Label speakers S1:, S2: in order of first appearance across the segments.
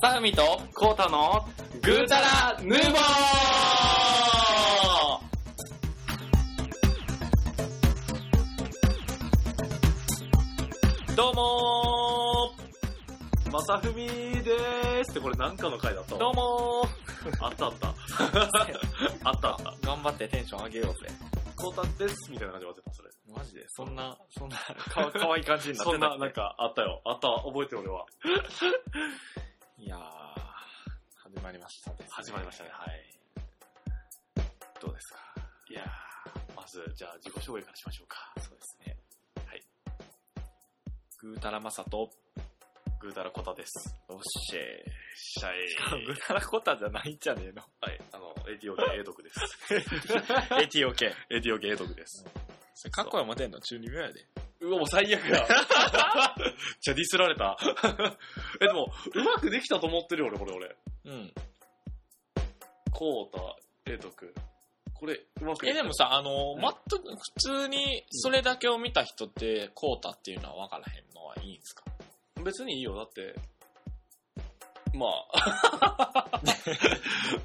S1: タフミとコータのグータラヌーボー
S2: どうもーまさふみでーすってこれ何かの回だった
S1: どうも
S2: あった あった。あったあった。
S1: ー頑張ってテンション上げようぜ。
S2: コータですみたいな感じで待ってた、それ。
S1: マジでそんな、そんな、かわかわいい感じになって
S2: そん
S1: た
S2: な、なんか、あったよ。あった、覚えてる俺は。
S1: いやー、始まりましたね、
S2: 始まりましたね、はい。
S1: どうですか
S2: いやー、まず、じゃあ自己紹介からしましょうか。
S1: そうですね。
S2: はい。
S1: グータラマサト、
S2: グータラコタです。
S1: おっしー。
S2: シャイ。
S1: グータラコタじゃないんじゃねえの。
S2: はい、あの、エディオゲエ ドクです。
S1: ATOK。
S2: エディオゲエドクです。
S1: それかっこよモテんの中二病やで。
S2: うわ、もう最 悪だ。じゃあディスられた。 え、でも、うまくできたと思ってるよ、俺、これ、俺。
S1: うん。
S2: コータ、エドク。これ、うまく
S1: え、でもさ、あの、
S2: うん
S1: 全く普通にそれだけを見た人って、こうたっていうのは分からへんのはいいんですか
S2: 別にいいよ、だって。まあ。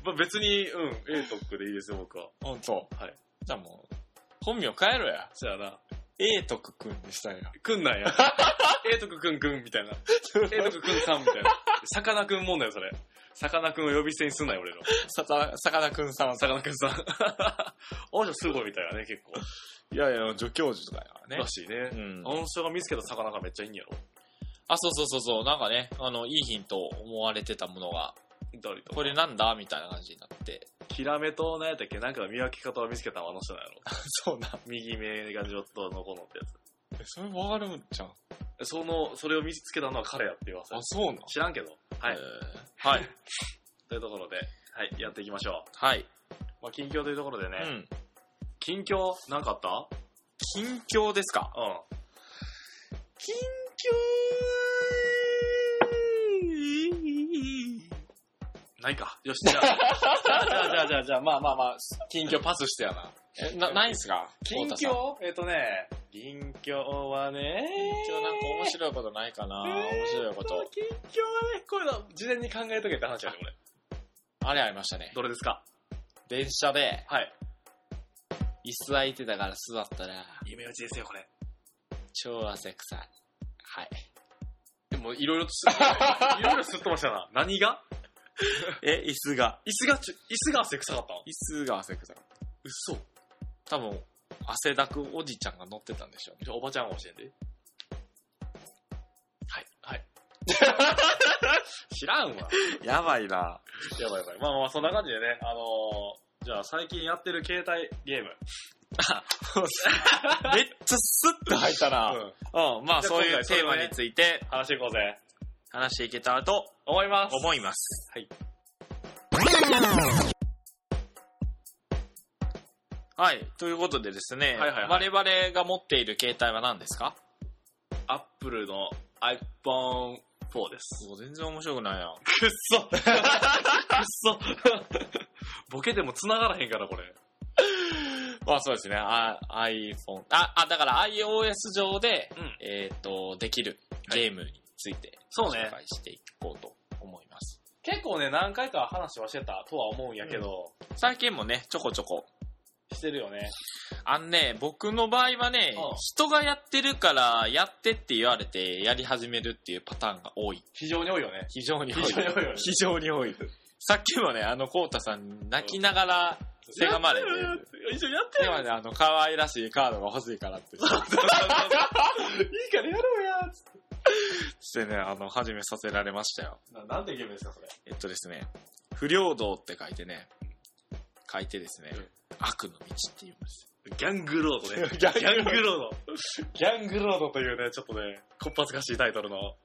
S2: まあ別に、うん、エイトックでいいですよ、僕は。
S1: ほんと。
S2: はい。
S1: じゃあもう、本名変えろや。
S2: そやな。
S1: A 徳くんでしたよ。
S2: く んなんや。エイトクくんくんみたいな。エイトクくんさんみたいな。さかなクンもんだよ、それ。さかなクンを呼び捨てにすんなよ、俺の。
S1: さか、さかなクンさん
S2: さかなクンさん。あの人すごいみたいなね、結構。
S1: いやいや、助教授とかやからね
S2: ら。しいね
S1: う。ん
S2: あ。の人が見つけた魚がめっちゃいいんやろ。
S1: あ、そうそうそうそう、なんかね、あの、いいヒントを思われてたものが、
S2: 誰と
S1: これなんだみたいな感じになって。
S2: ヒラメと、なんやったっけ、なんかの見分け方を見つけたのあの人なんやろ。
S1: そうなん。
S2: 右目がちょっと残のってやつ。
S1: それ分かるんじゃん。あ、
S2: その、それを見つけたのは彼やって言わせる。
S1: そうなん。
S2: 知らんけど。は
S1: え。
S2: い
S1: ー
S2: はい。 というところで、はい、やっていきましょ
S1: はい。
S2: う。まあ、近況というところでね
S1: う、ん。
S2: 近況、なんかあっ
S1: 近況ですか
S2: たうん。
S1: 近況
S2: ないか。よし、 じゃあ、
S1: じゃあじゃあじゃあじゃあ、まあまあまあ、近況パスしてやな。え、な、ないんすか
S2: 近
S1: 近況
S2: 況えっとね、近況はね、
S1: なんか面白いことないかな、面白いこと。
S2: 近況はね、こういうの、事前に考えとけって話やね、俺。
S1: あれありましたね。
S2: どれですか
S1: 電車で、
S2: はい。
S1: 椅子空いてたから座ったら、
S2: 夢打ちですよ、これ。
S1: 超汗臭い。はい。
S2: でも、いろいろとす、 いろいろすっとましたな。何が
S1: え、椅子が
S2: 椅子がちゅ、椅子が汗臭かったの
S1: 椅子が汗臭い。
S2: 嘘。
S1: 多分、汗だくおじちゃんが乗ってたんでしょうね。
S2: じゃあおばちゃんかもしれんで。はい、はい。知らんわ。
S1: やばい な。
S2: やばいやばい。まあまあ、そんな感じでね、あのー、じゃあ最近やってる携帯ゲーム。
S1: めっちゃスッと入ったな。
S2: うん。
S1: うん、まあ
S2: じゃあ
S1: そうい
S2: 今
S1: う
S2: 回それ
S1: テー
S2: を
S1: マ
S2: ね
S1: について
S2: 話していこうぜ。
S1: 話していけたらと
S2: 思います。
S1: 思います。
S2: はい。
S1: はい、ということでですね、
S2: はいはいは
S1: 我々が持っている携帯は何ですか
S2: アップルの iPhone4 です。
S1: もう全然面白くないやん。
S2: くっそ くっそボケても繋がらへんから、これ。
S1: まあそうですね、あ iPhone。あ、あ、だから iOS 上で、
S2: うん
S1: えっ、と、できるゲームについて
S2: そう
S1: 紹
S2: ね。
S1: 介していこうと思います。
S2: 結構ね、何回か話はしてたとは思うんやけど、
S1: 最近もね、ちょこちょこ。
S2: してるよね。
S1: あのね、僕の場合はね、
S2: うん
S1: 人がやってるから、やってって言われて、やり始めるっていうパターンが多い。
S2: 非常に多いよね。
S1: 非常に多い。
S2: 非常に多いよね
S1: 非常に多い。さっきもね、あの、こうたさん、泣きながら、せがまれ て。
S2: 一緒にやって
S1: でもね、あの、可愛らしいカードが欲しいからって。
S2: いいからやろうや
S1: してね、あの、始めさせられましたよ。
S2: ななんてゲームですか、それ。
S1: えっとですね、不良道って書いてね、書いてですね、
S2: うん
S1: 悪の道って言うんです
S2: ギャングロードね。
S1: よ。ギ
S2: ギャングロード。ギャングロードというね、ちょっとね、こっぱずかしいタイトルの、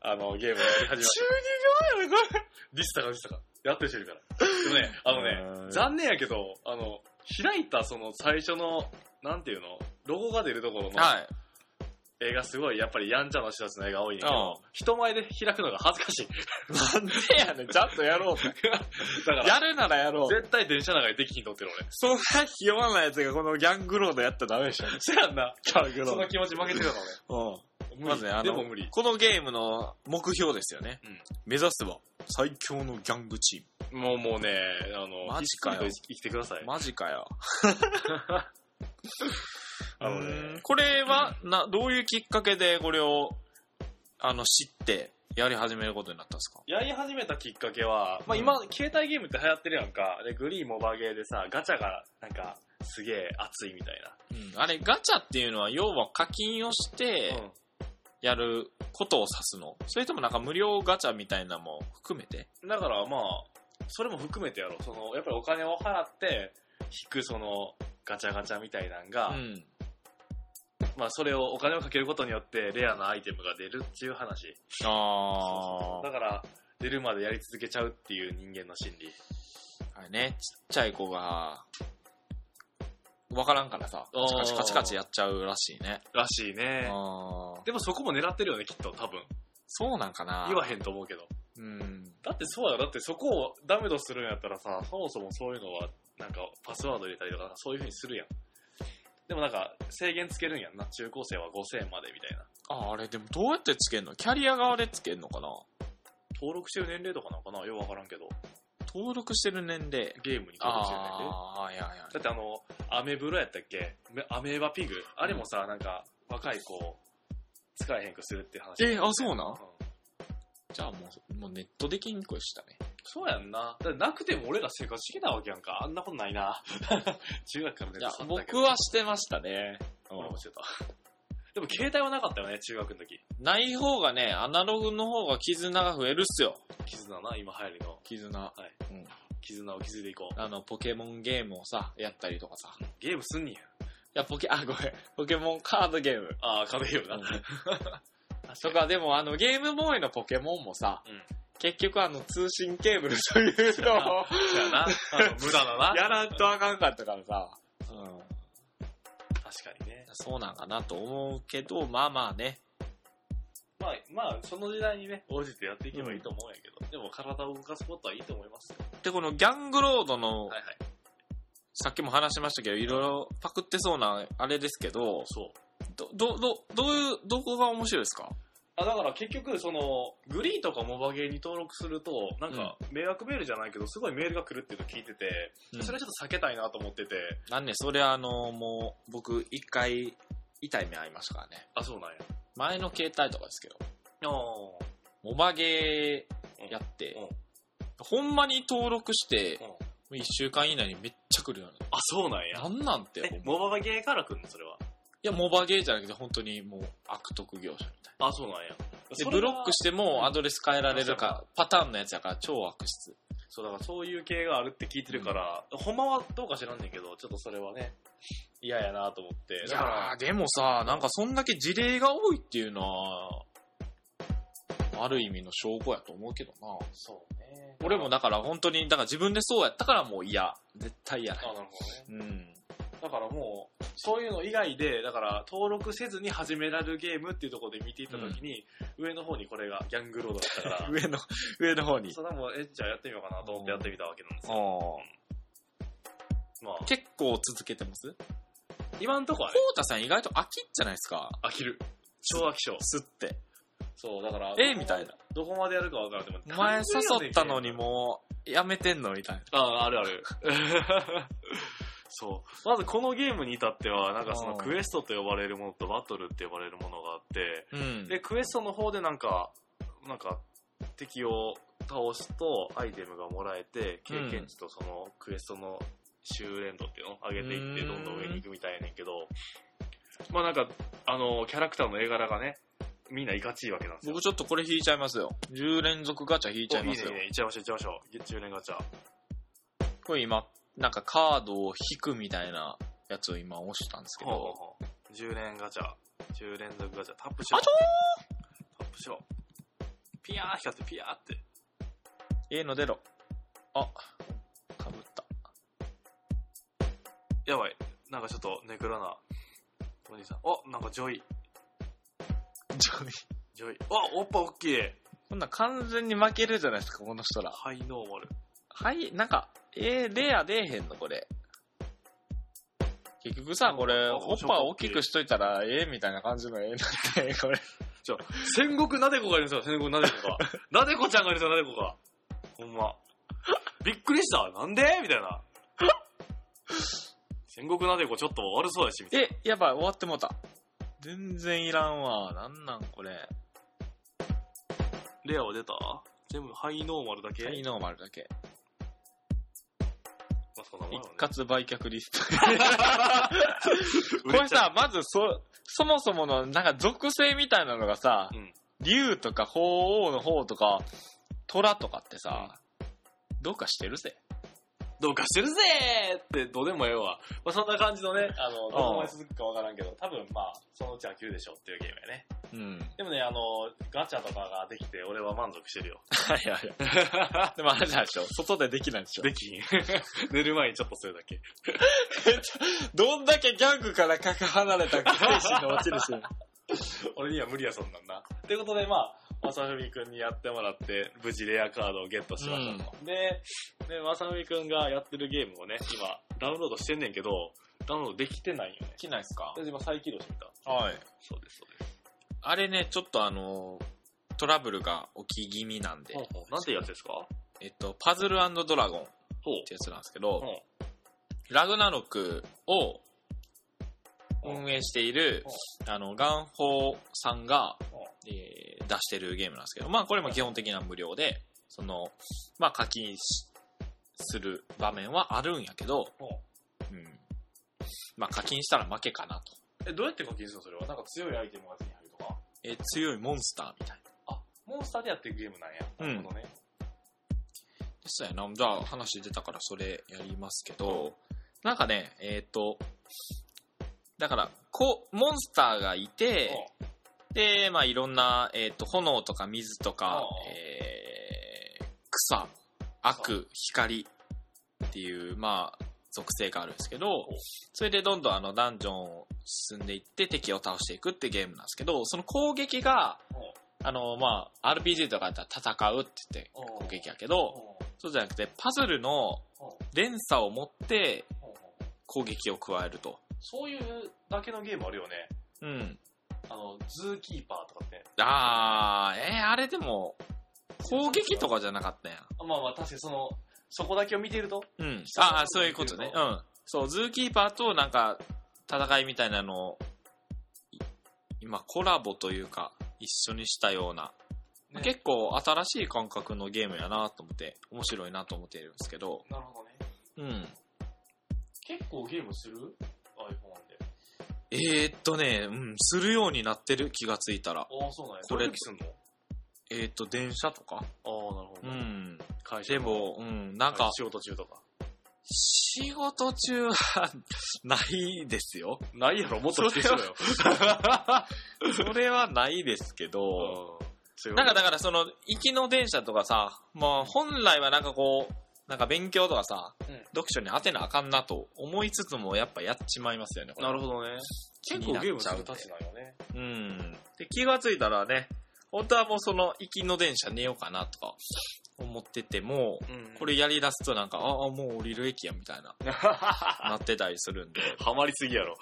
S2: あの、ゲームをやり始めまし
S1: 二
S2: た。
S1: 秒やろ、これ。
S2: ディスタかディスタか。やってる人いるから。でもね、あの
S1: う
S2: ね
S1: ん、
S2: 残念やけど、あの、開いたその最初の、なんていうのロゴが出るところの
S1: はい。
S2: 映画すごい、やっぱりやんちゃな人たちの映画多いんやけ
S1: うん
S2: ど、人前で開くのが恥ずかしい。
S1: なんでやねん、ちゃんとやろうぜ。
S2: だから、
S1: やるならやろう。
S2: 絶対電車の中でできひんとってる俺。
S1: そんなひ弱なやつがこのギャングロードやったらダメでしょ。
S2: そやんな。
S1: ギャング
S2: その気持ち負けてたの
S1: ド。うん。
S2: 俺。
S1: まずね、あ
S2: で
S1: の
S2: も無理。
S1: このゲームの目標ですよね。
S2: うん
S1: 目指すは、最強のギャングチ
S2: もうもうね、あの、
S1: マジかよ
S2: ひっそりと生きてくださ
S1: ー
S2: い
S1: ム。。マジか よ。
S2: あのね、
S1: これは、な、どういうきっかけでこれを、あの、知って、やり始めることになったんですか
S2: やり始めたきっかけは、まあ、今、携帯ゲームって流行ってるやんか。で、グリーンモバゲーでさ、ガチャが、なんか、すげえ熱いみたいな。
S1: うん。あれ、ガチャっていうのは、要は課金をして、
S2: うん
S1: やることを指すのそれともなんか無料ガチャみたいなのも含めて
S2: だからまあ、それも含めてやろう。その、やっぱりお金を払って、引くその、ガチャガチャみたいなんが、
S1: うん。
S2: まあそれをお金をかけることによってレアなアイテムが出るっていう話。
S1: あ
S2: だから、出るまでやり続けちゃうっていう人間の心理。
S1: あれね、ちっちゃい子が、わからんからさ、
S2: あー
S1: カチカチカチカチやっちゃうらしいね。
S2: らしいね。
S1: あー
S2: でもそこも狙ってるよね、きっと、多分。
S1: そうなんかな
S2: 言わへんと思うけど。
S1: うん。
S2: だってそうやろだってそこをダメとするんやったらさ、そもそもそういうのは、なんかパスワード入れたりとか、そういう風にするやん。でもなんか制限つけるんやんな。中高生は5000円までみたいな。
S1: あ、あれでもどうやってつけんのキャリア側でつけんのかな
S2: 登録してる年齢とかなのかなようわからんけど。
S1: 登録してる年齢。
S2: ゲームに登録してる年齢
S1: ああ、はいはいはい
S2: だってあの、アメブロやったっけめアメーバピグあれもさ、なんか若い子、使えへんくするって話。
S1: えあそうなん
S2: うん
S1: じゃあもう、もうネットできにくいしたね。
S2: そうやんな。だってなくても俺ら生活してきたわけやんか。あんなことないな。 中学からネ
S1: い
S2: ッ
S1: や
S2: ト触、ったけど
S1: 僕はしてましたね。
S2: 俺もしてた。 でも携帯はなかったよね、中学の時。
S1: ない方がね、アナログの方が絆が増えるっすよ。
S2: 絆な、今流行りの。
S1: 絆。はいうん。
S2: 絆を築いていこう。
S1: あの、ポケモンゲームをさ、やったりとかさ。い
S2: ゲームすんねや。
S1: や、ポケ、あ、ごめん。ポケモンカードゲーム。
S2: ああ、壁よな。
S1: とか、でもあの、ゲームボーイのポケモンもさ、
S2: うん
S1: 結局あの、通信ケーブルという のを
S2: そうやな。あの 無駄だな。
S1: やらんとあかんかったからさ。うん。
S2: 確かにね。
S1: そうなんかなと思うけど、まあまあね。
S2: まあ、まあ、その時代にね、応じてやっていけばいいと思うんやけど。でも体を動かすことはいいと思いますよ。
S1: で、このギャングロードの、
S2: はいはい。
S1: さっきも話しましたけど、いろいろパクってそうな、あれですけど、
S2: そう。
S1: ど、ど、ど、どういう、どこが面白いですか
S2: あ、だから結局、その、グリーとかモバゲーに登録すると、なんか、迷惑メールじゃないけど、すごいメールが来るっていうのを聞いてて、それはちょっと避けたいなと思ってて、
S1: なんで、それあの、もう、僕、一回、痛い目合いましたからね。
S2: あ、そうなんや。
S1: 前の携帯とかですけど、
S2: ああ。
S1: モバゲーやって、
S2: うんうん
S1: ほんまに登録して、
S2: うん
S1: 1週間以内にめっちゃ来るようになっ
S2: あ、そうなん
S1: た。
S2: や
S1: な。んなんて思
S2: え
S1: う、
S2: モバゲーから来んのそれは。
S1: いや、モバゲーじゃなくて、本当にもう悪徳業者みたい
S2: あ、そうなんや。
S1: な。で、ブロック
S2: し
S1: してもアドレス変えられるか、パターンのやつやから超悪質。
S2: そう、だからそういう系があるって聞いてるから、ほんまはどうか知らんねんけど、ちょっとそれはね、嫌やなと思って。
S1: い
S2: だか
S1: や
S2: ら
S1: ー、でもさ、なんかそんだけ事例が多いっていうのは、ある意味の証拠やと思うけどな。
S2: そうね。
S1: 俺もだから本当に、だから自分でそうやったからもう嫌。絶対嫌
S2: あ、
S1: だ
S2: なるほど
S1: う
S2: ね。
S1: ん。、
S2: だからもう、そういうの以外で、だから登録せずに始められるゲームっていうところで見ていったときに、上の方にこれがギャングロードだったから
S1: 上の、上の方に。
S2: それはもう、え、じゃあやってみようかなと思ってやってみたわけなんですよ。
S1: あ
S2: まあ
S1: ー、結構続けてます
S2: 今んとこは
S1: コ
S2: ね、
S1: ウタさん意外と飽きんじゃないですか。
S2: 飽きる。超飽き性。
S1: すって。
S2: そう、だから、
S1: えみたいな。
S2: どこまでやるか分からんでも。
S1: お前誘ったのにもう、やめてんのみたいな。
S2: あ、あるあ る。そう。まずこのゲームに至っては、なんかその
S1: あー
S2: クエストと呼ばれるものとバトルって呼ばれるものがあって、
S1: うん。
S2: で、クエストの方でなんか、なんか敵を倒すとアイテムがもらえて、経験値とそのクエストの修練度っていうのを上げていっ
S1: う
S2: て、
S1: ん
S2: どんどん上に行くみたいやねんけど、まあなんか、あの、キャラクターの絵柄がね、みんないかちいわけなんですよ。
S1: 僕ちょっとこれ引いちゃいますよ。10連続ガチャ引いちゃい
S2: い
S1: ま
S2: い
S1: す
S2: ね
S1: よ。
S2: いいね、いっちゃいましょう、いっちゃいましょう。月中年ガチャ。
S1: これ今、なんかカードを引くみたいなやつを今押したんですけ
S2: ほうほう
S1: ど、
S2: ほう10連ガチャ10連続ガチャタップしろ
S1: あち
S2: タップしろピヤー光ってピヤーって
S1: ええの出ろ。あ、かぶ った。
S2: やばいなんかちょっとネクラなお兄さんおなんかジョイ
S1: ジョイ。
S2: ジョイおおっぱ大きい
S1: こんなん完全に負けるじゃないですか、この人ら。
S2: ハイノーマル
S1: はい、なんか、えー、レア出えへんの、これ。結局さ、これ、
S2: あ
S1: おっぱ大きくしといたら、ええみたいな感じのええ なって、これ。
S2: 戦国なでこがいるんですよ戦国なでこがなでこちゃんがいるんですよなでこがほんま。びっくりしたなんでみたいな。戦国なでこちょっと悪そうやし、みたい
S1: え、やばい、終わってもうた。全然いらんわ。なんなんこれ。
S2: な。レアは出た全部ハイノーマルだけ
S1: ハイノーマルだけ。
S2: まあそんなもんや
S1: 一
S2: ろね
S1: 括売却リス ト。こ
S2: 売れちゃう
S1: れさ、まずそ、そもそもの、なんか属性みたいなのがさ、
S2: うん
S1: 竜とか鳳凰の方とか、虎とかってさ、どうかしてるぜ。
S2: どうかしてるぜーって、どうでもええわ。まあ、そんな感じのね、あの、どこまで続くかわからんけど、多分まあ、そのうちは9でしょっていうゲームやね。
S1: うん。
S2: でもね、あの、ガチャとかができて、俺は満足してるよ。
S1: はいはいはい。 でもあれなんでしょ外でできないんでしょ
S2: できひん。 寝る前にちょっとするだけ。
S1: どんだけギャングからかか離れた精神が落ちる し。
S2: 俺には無理やそんなんな。ということで、まあ、まさふみくんにやってもらって、無事レアカードをゲットしましたと。で、で、まさふみくんがやってるゲームをね、今、ダウンロードしてんねんけど、ダウンロードできてないよね。
S1: きないっすか
S2: で、今再起動してみた。
S1: はい。
S2: そうです、そうです。
S1: あれね、ちょっとあのートラブルが起き気味なんで、
S2: なんてやつですかほ
S1: えっと、パズルドラゴンっ
S2: う。
S1: てやつなんですけど、
S2: ほ
S1: ラグナロクを運営している
S2: ほ、
S1: あの、ガンホーさんが
S2: ほ、
S1: えー出してるゲームなんですけど、まあこれも基本的には無料で、その、まあ課金しする場面はあるんやけど、
S2: ほう
S1: うん。まあ課金したら負けかなと。
S2: え、どうやって課金するのそれはなんか強いアイテムが手に入るとか。
S1: えー強いモンスターみたいな。
S2: あ、モンスターでやってるゲームなんや。
S1: うん
S2: なるほどね。
S1: そうやな。じゃあ話出たからそれやりますけど、なんかね、えっ、と、だから、こう、モンスターがいて、で、まあ、いろんな、えっ、と、炎とか水とか
S2: おう、
S1: えー、草、悪、光っていう、まあ、属性があるんですけど
S2: おう、
S1: それでどんどんあの、ダンジョンを進んでいって敵を倒していくってゲームなんですけど、その攻撃が
S2: おう、
S1: あの、まあ、RPG とかだったら戦うって言って
S2: うん
S1: 攻撃やけど、そうじゃなくて、パズルの
S2: うんうん
S1: 連鎖を持って
S2: うんうん
S1: 攻撃を加えると。
S2: そういうだけのゲームあるよね。
S1: うん。
S2: あの、ズーキーパーとかって。
S1: あー、えー、あれでも、攻撃とかじゃなかったやん。
S2: あまあまあ、確かにその、そこだけを見てると。
S1: うん。
S2: 下の
S1: ああ、そういうことね。うん。そう、ズーキーパーとなんか、戦いみたいなのを、い今コラボというか、一緒にしたような、
S2: ね
S1: 結構新しい感覚のゲームやなと思って、面白いなと思っているんですけど、
S2: なるほどね。
S1: うん。
S2: 結構ゲームする ?iPhone で。
S1: えー、っとね、うん、するようになってる気がついたら。
S2: ああ、そうなんや。
S1: これ
S2: ドキドキすんの
S1: えー、っと、電車とか
S2: ああ、なるほ
S1: う
S2: ど。
S1: ん。
S2: 会社
S1: で
S2: の
S1: も、うん、なん
S2: は
S1: か
S2: い、仕事中とか。
S1: 仕事中はないです よ。
S2: ないやろ、もっと規定しろ よ。
S1: それはないですけど、
S2: うん
S1: なんかだからその、行きの電車とかさ、まあ本来はなんかこう、なんか勉強とかさ、
S2: うん
S1: 読書に当てなあかんなと思いつつもやっぱやっちまいますよね、これ
S2: なるほどね。
S1: 気に
S2: 結構
S1: なっ
S2: ゲーム
S1: ち
S2: す
S1: ゃう
S2: る
S1: んで
S2: たちなんよね。
S1: うん。で、気がついたらね、本当はもうその、行きの電車寝ようかなとか思ってても、
S2: うん
S1: こ。れや り出すとなんか、ああ、もう降りる駅やみたいな、
S2: ハ
S1: なってたりするんで、い
S2: マりすぎやろ。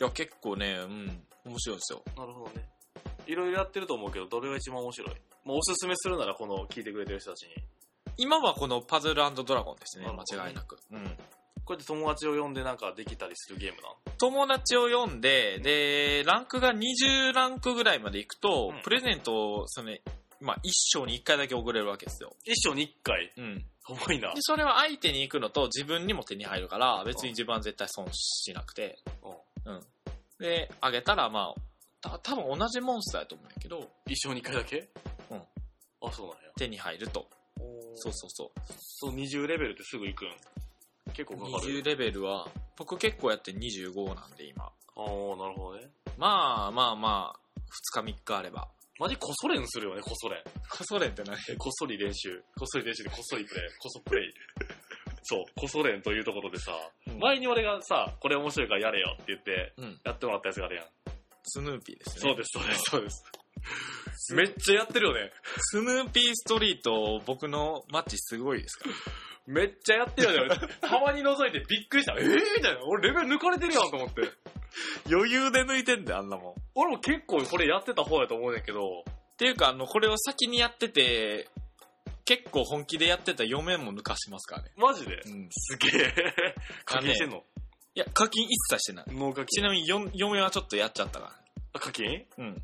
S1: や、結構ね、うん、面白いですよ。
S2: なるほどね。いろいろやってると思うけど、どれが一番面白いもうおすすめするなら、この聞いてくれてる人たちに。
S1: 今はこのパズルドラゴンですね、
S2: なるほどね
S1: 間違いなく。うん。
S2: こうやって友達を呼んでなんかできたりするゲームなの
S1: 友達を呼んで、で、ランクが20ランクぐらいまで行くと、
S2: うん
S1: プレゼントを、その、まあ、一生に一回だけ送れるわけですよ。
S2: 一生に一回。
S1: うん。で、
S2: 重いな。
S1: それは相手に行くのと自分にも手に入るから、別に自分は絶対損しなくて、うん。で、あげたら、まあ、た多分同じモンスターやと思うんやけど、
S2: 一生に一回だけ
S1: うん
S2: あ、そうなんや。
S1: 手に入ると。そう
S2: そ
S1: うそうそ
S2: そう、20レベルってすぐ行くん。結
S1: う。
S2: 構かかる。
S1: 20レベルは、僕結構やって25なんで今。
S2: ああ、なるほどね。
S1: まあまあまあ、2日3日あれ ば。
S2: マジこそ練するよね、こそ練。
S1: それって何
S2: こっそり練習。こっそり練習でこっそりプレイ。こそプレイ。 そう、こそ練というところでさ、
S1: うん
S2: 前に俺がさ、これ面白いからやれよって言って、
S1: うん。
S2: やってもらったやつがあるやん。
S1: スヌーピーですね。
S2: そうです、そうです、そうです。めっちゃやってるよね。
S1: スヌーピーストリート、僕のマッチすごいですから。
S2: めっちゃやってるよ ね。俺たまに覗いてびっくりした。えー、みたいな。俺レベル抜かれてるやんと思って。
S1: 余裕で抜いてんだよ、あんなもん。っ
S2: 俺も結構これやってた方やと思うねんけど、
S1: ていうか、あの、これを先にやってて、結構本気でやってた4面も抜かしますからね。
S2: マジで
S1: うん。い
S2: すげえ。課金してんの
S1: や、課金一切してない。
S2: 脳課金。
S1: ちなみに4、4面はちょっとやっちゃったか
S2: あ課金
S1: ら。うん。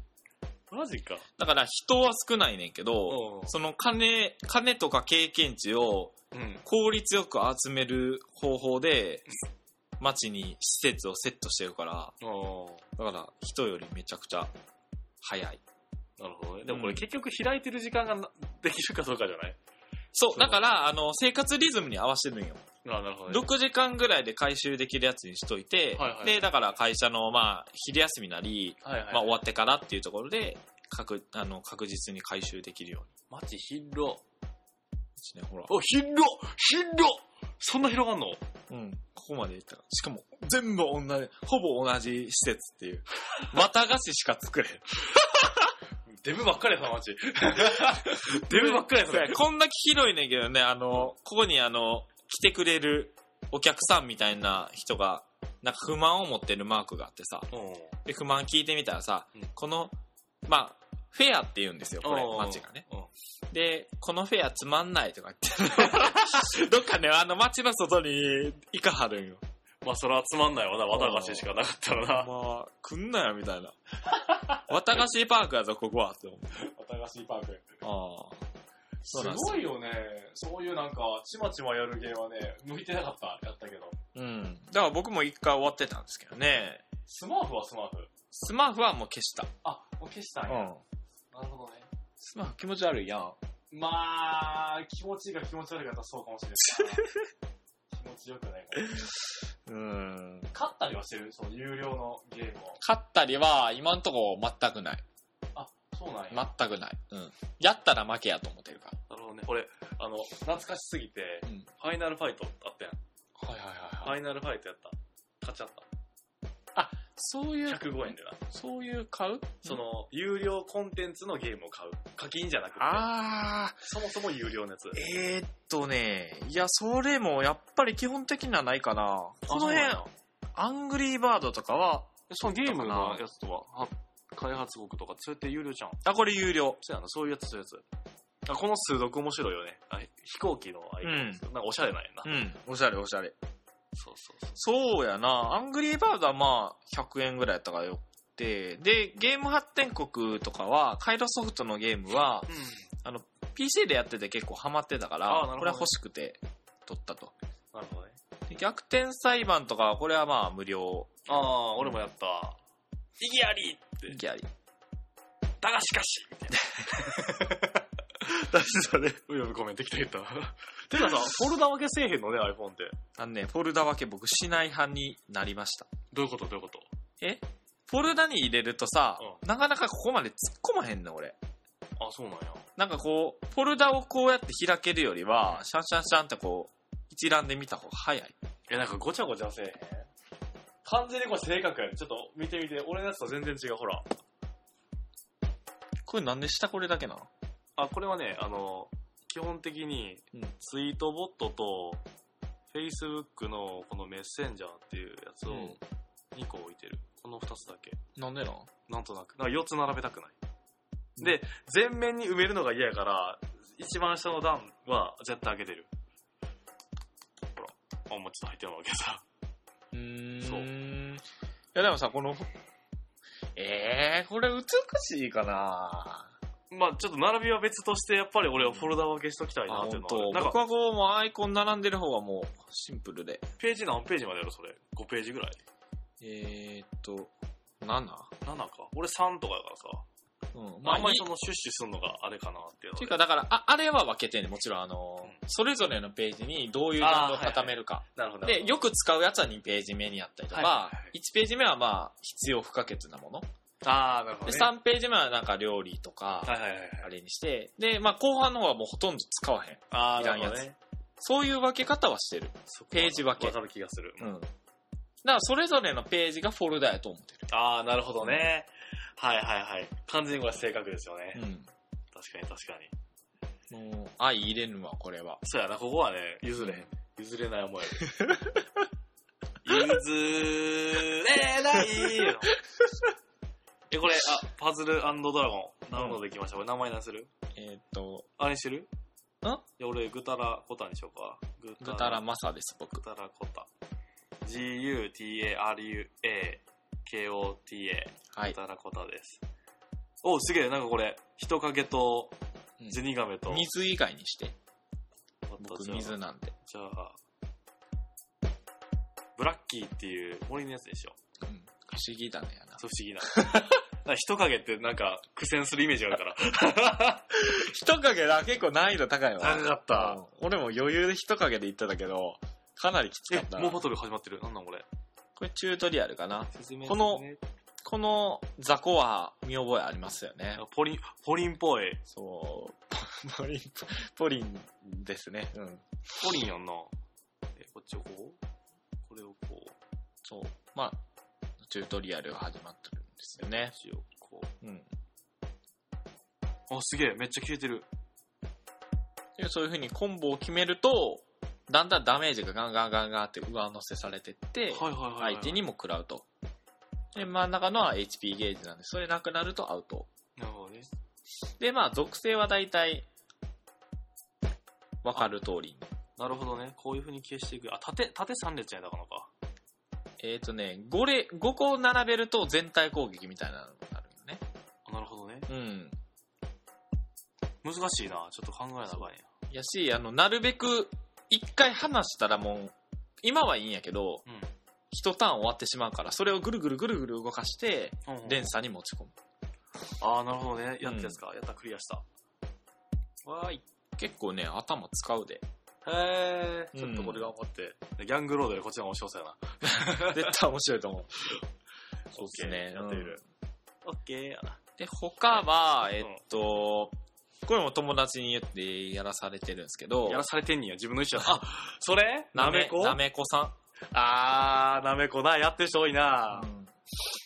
S2: マジか。
S1: だから人は少ないねんけど、
S2: う
S1: その金、金とか経験値を
S2: ん。うん。
S1: 効率よく集める方法で、街に施設をセットしてるから、
S2: あー
S1: だから人よりめちゃくちゃ早い。
S2: なるほどね。でもこれ結局開いてる時間がなできるかどうかじゃない
S1: そ
S2: そう
S1: う、だから、あの、生活リズムに合わせてるんよ。
S2: あなるほどね。
S1: 6時間ぐらいで回収できるやつにしといて、
S2: はいはい
S1: で、だから会社の、まあ、昼休みなり、
S2: はいはい。
S1: まあ、終わってからっていうところで、確、あの、確実に回収できるように
S2: マジ広。
S1: ですね、ほら。
S2: お、広っ広っそんな広がんの
S1: うん、ここまでいったら。しかも、全部同じ、ほぼ同じ施設って いう。また菓子しか作れへん。
S2: デブばっかりやな、 マジ。デブばっかりやな。
S1: こんだけ広いねんけどね、あの、ここにあの、来てくれるお客さんみたいな人が、なんか不満を持ってるマークがあってさ、
S2: うん。
S1: で、不満聞いてみたらさ、
S2: うん
S1: この、まあ、フェアって言うんですよ、これ、
S2: うん
S1: 街がね。
S2: うん
S1: で、このフェアつまんないとか言って。 どっかね、あの街の外に行かはるんよ。
S2: まあ、それはつまんないわな、綿菓子しかなかったらな。
S1: まあ、来んなよ、みたいな。綿菓子パークやぞ、ここは、って思う。
S2: 綿菓子パーク。
S1: ああ。そうなんです
S2: いよね。そういうなんか、ちまちまやるゲーはね、向いてなかった、やったけど。
S1: うん。だから僕も一回終わってたんですけどね。
S2: スマーフはスマーフ。
S1: スマホはもう消した。
S2: あ、もう消したんや。
S1: ん。
S2: なるほどね。
S1: スマホ気持ち悪いやん。
S2: まあ、気持ちいいか気持ち悪いかだったらそうかもし れないな。気持ちよくないかな。
S1: うん。
S2: 勝ったりはしてるその有料のゲームを。
S1: 勝ったりは、今んとこ全くない。
S2: そうなんや。
S1: 全くない。うん。やったら負けやと思ってるか
S2: なるほどね。俺、あの、懐かしすぎて、
S1: ら。うん。
S2: ファイナルファイトあったやん。
S1: はいはいはい
S2: フ
S1: はい。
S2: ァイナルファイトやった。買っちゃった。
S1: そう いう、
S2: 105円でな。
S1: そういう買う
S2: そ、の、有料コンテンツのゲームを買う。課金じゃなくて、
S1: ああ、
S2: そもそも有料のやつ。
S1: えー、っとね、いや、それもやっぱり基本的にはないかな。この辺、アングリーバードとかは、
S2: そのゲ
S1: ームのや
S2: つとは、開発国とか、そうやって有料じゃん。
S1: あ、これ有料。
S2: そうやな、そういうやつ、そういうやつ。あこの数読面白いよね。あ飛行機のアイコンですけど、なんかおしゃれなんやな。
S1: うん。おしゃれおしゃれ。
S2: そうそうそう。
S1: そうやな。アングリーバードはまあ、100円ぐらいやったからよって。で、ゲーム発展国とかは、カイロソフトのゲームは、あの、PC でやってて結構ハマってたから、
S2: あーなるほどね
S1: これは欲しくて、取ったと。
S2: なるほどね。
S1: で逆転裁判とかは、これはまあ、無料。
S2: ああ、俺もやった。意義ありって、
S1: ギャリ。
S2: だがしか しみたいな。だしだね。うよぶコメントきた言った。てかさ、フォルダ分けせえへんのね、iPhone って。
S1: あのね、フォルダ分け僕しない派になりました。
S2: どういうことどういうこと
S1: えフォルダに入れるとさ、
S2: う
S1: なかなかここまで突っ込まへんの俺。
S2: あ、そうなんや。
S1: なんかこう、フォルダをこうやって開けるよりは、シャンシャンシャンってこう、一覧で見た方が早い。
S2: え、なんかごちゃごちゃせえへん完全にこれ正確やね。ちょっと見てみて。俺のやつと全然違う。ほら。
S1: これなんで下これだけなの
S2: あ、これはね、あの、基本的に
S1: うん、
S2: ツイートボットと、Facebook のこのメッセンジャーっていうやつを
S1: うん
S2: 2個置いてる。この2つだけ。
S1: なんでなの
S2: なんとなく。なんか4つ並べたくない。
S1: うん
S2: で、全面に埋めるのが嫌やから、一番下の段は絶対開けてる。ほら。あ、もうちょっと入ってるわけさ。
S1: うーん。
S2: そう
S1: いやでもさ、この、えー、これ美しいかな
S2: まあちょっと並びは別として、やっぱり俺はフォルダ分けしときたいなっていうのはある。
S1: な
S2: なん
S1: か
S2: んか
S1: 僕、はこう、もうアイコン並んでる方がもう、シンプルで。
S2: ページ何ページまでやろ、それ。5ページぐらい。
S1: えー、っと、7?
S2: 7か。俺3とかやからさ。
S1: うん。
S2: まあ、あんま
S1: いい
S2: りそのシュッシュするのがあれかなっていうの
S1: って
S2: で
S1: いうか、だから、あ、あれは分けてんね。もちろん、あのー
S2: うん、
S1: それぞれのページにどういう段落を固めるか。
S2: なるほど。
S1: で、よく使うやつは2ページ目にあったりとか、
S2: はいはいはい
S1: 1ページ目はまあ、必要不可欠なもの。
S2: ああ、なるほ
S1: で、
S2: ど、ね。
S1: 3ページ目はなんか料理とか、
S2: はいはいはいはい。
S1: あれにして、で、まあ、後半の方はもうほとんど使わへん。
S2: ああ、
S1: いら
S2: なんる
S1: や
S2: ほ
S1: つ
S2: どね。
S1: そういう分け方はしてる。
S2: そこ
S1: ページ分け
S2: わかる気がする。
S1: うん。だから、それぞれのページがフォルダやと思ってる。
S2: ああ、なるほどね。はいはいはい。完全にこれ正確ですよね。
S1: うん。
S2: 確かに確かに。
S1: もう、相入れぬわ、これは。
S2: そうやな、ここはね、譲れへん。譲れない 思い。譲れないよ。え、これ、あ、パズルドラゴン。ダウンロードできました。これ名前何する
S1: えーっと、
S2: あれにしてる
S1: ん
S2: いや、俺、グタラコタにしようか。グ
S1: グタラマサです、僕
S2: グ。タラコタ。G-U-T-A-R-U-A-K-O-T-A。
S1: はい
S2: グ。タラコタです。おすげえ、なんかこれ、人影と
S1: うん、
S2: ゼニガメと、
S1: 水以外にして。
S2: あと
S1: 僕、
S2: じゃあ
S1: 水なんで。
S2: じゃあ、ブラッキーっていう森のやつでしょ。
S1: うん。不思議だねやな。
S2: そう不思議 な。だから人影ってなんか苦戦するイメージがあるから。
S1: 人影だ、結構難易度高いわ。
S2: 高かった
S1: うん俺も余裕で人影で行ったんだけど、かなりきつかっ
S2: え、
S1: た
S2: も
S1: な。
S2: うバトル始まってる。なんなんこれ。
S1: これチュートリアルかな。このこの雑魚は見覚えありますよね。
S2: ポリン、ポリンっぽい。
S1: そう、ポポリン、ポリンですね。うん。
S2: ポリンやんな。え、こっちをこうこれをこう。
S1: そう。まあ、チュートリアルが始まってるんですよ
S2: こ
S1: ね
S2: っ。ちをこ
S1: うん。
S2: う。あ、すげえ。めっちゃ消えてる。
S1: でそういう風にコンボを決めると、だんだんダメージがガンガンガンガンって上乗せされてって、
S2: はいはいはいはい。
S1: 相手にも食らうと。で、真ん中のは HP ゲージなんで、それなくなるとアウト。
S2: なるほどね。
S1: で、まあ、属性は大体、わかる通りに。
S2: なるほどね。こういう風に消していく。あ、縦、縦3列じゃないだからか。
S1: えっ、とね5れ、5個並べると全体攻撃みたいなのになるよね。
S2: あなるほどね。
S1: うん。
S2: 難しいな。ちょっと考えなあかんや。
S1: やし、あの、なるべく、一回離したらもう、今はいいんやけど、
S2: うん
S1: 一ターン終わってしまうから、それをぐるぐるぐるぐる動かして、
S2: うんうん
S1: 連鎖に持ち込む。
S2: ああ、なるほどね。やったやつか。やった、クリアした。わーい。
S1: 結構ね、頭使うで。
S2: へ
S1: うん
S2: ちょっとこれ頑張って。でギャングロードでこっちの方が面白そうやな。
S1: 絶対面白いと思う。そうですね。
S2: オッケーやってみ
S1: うん
S2: る。オッケーやな。
S1: で、他は、
S2: うん
S1: えっと、これも友達に言ってやらされてるんですけど、
S2: やらされてんねや、自分の意思だ。あ、それ
S1: な
S2: な
S1: め
S2: め
S1: こ
S2: こ
S1: なめこさん。
S2: あー、なめこな、やってる人多いな
S1: う。ん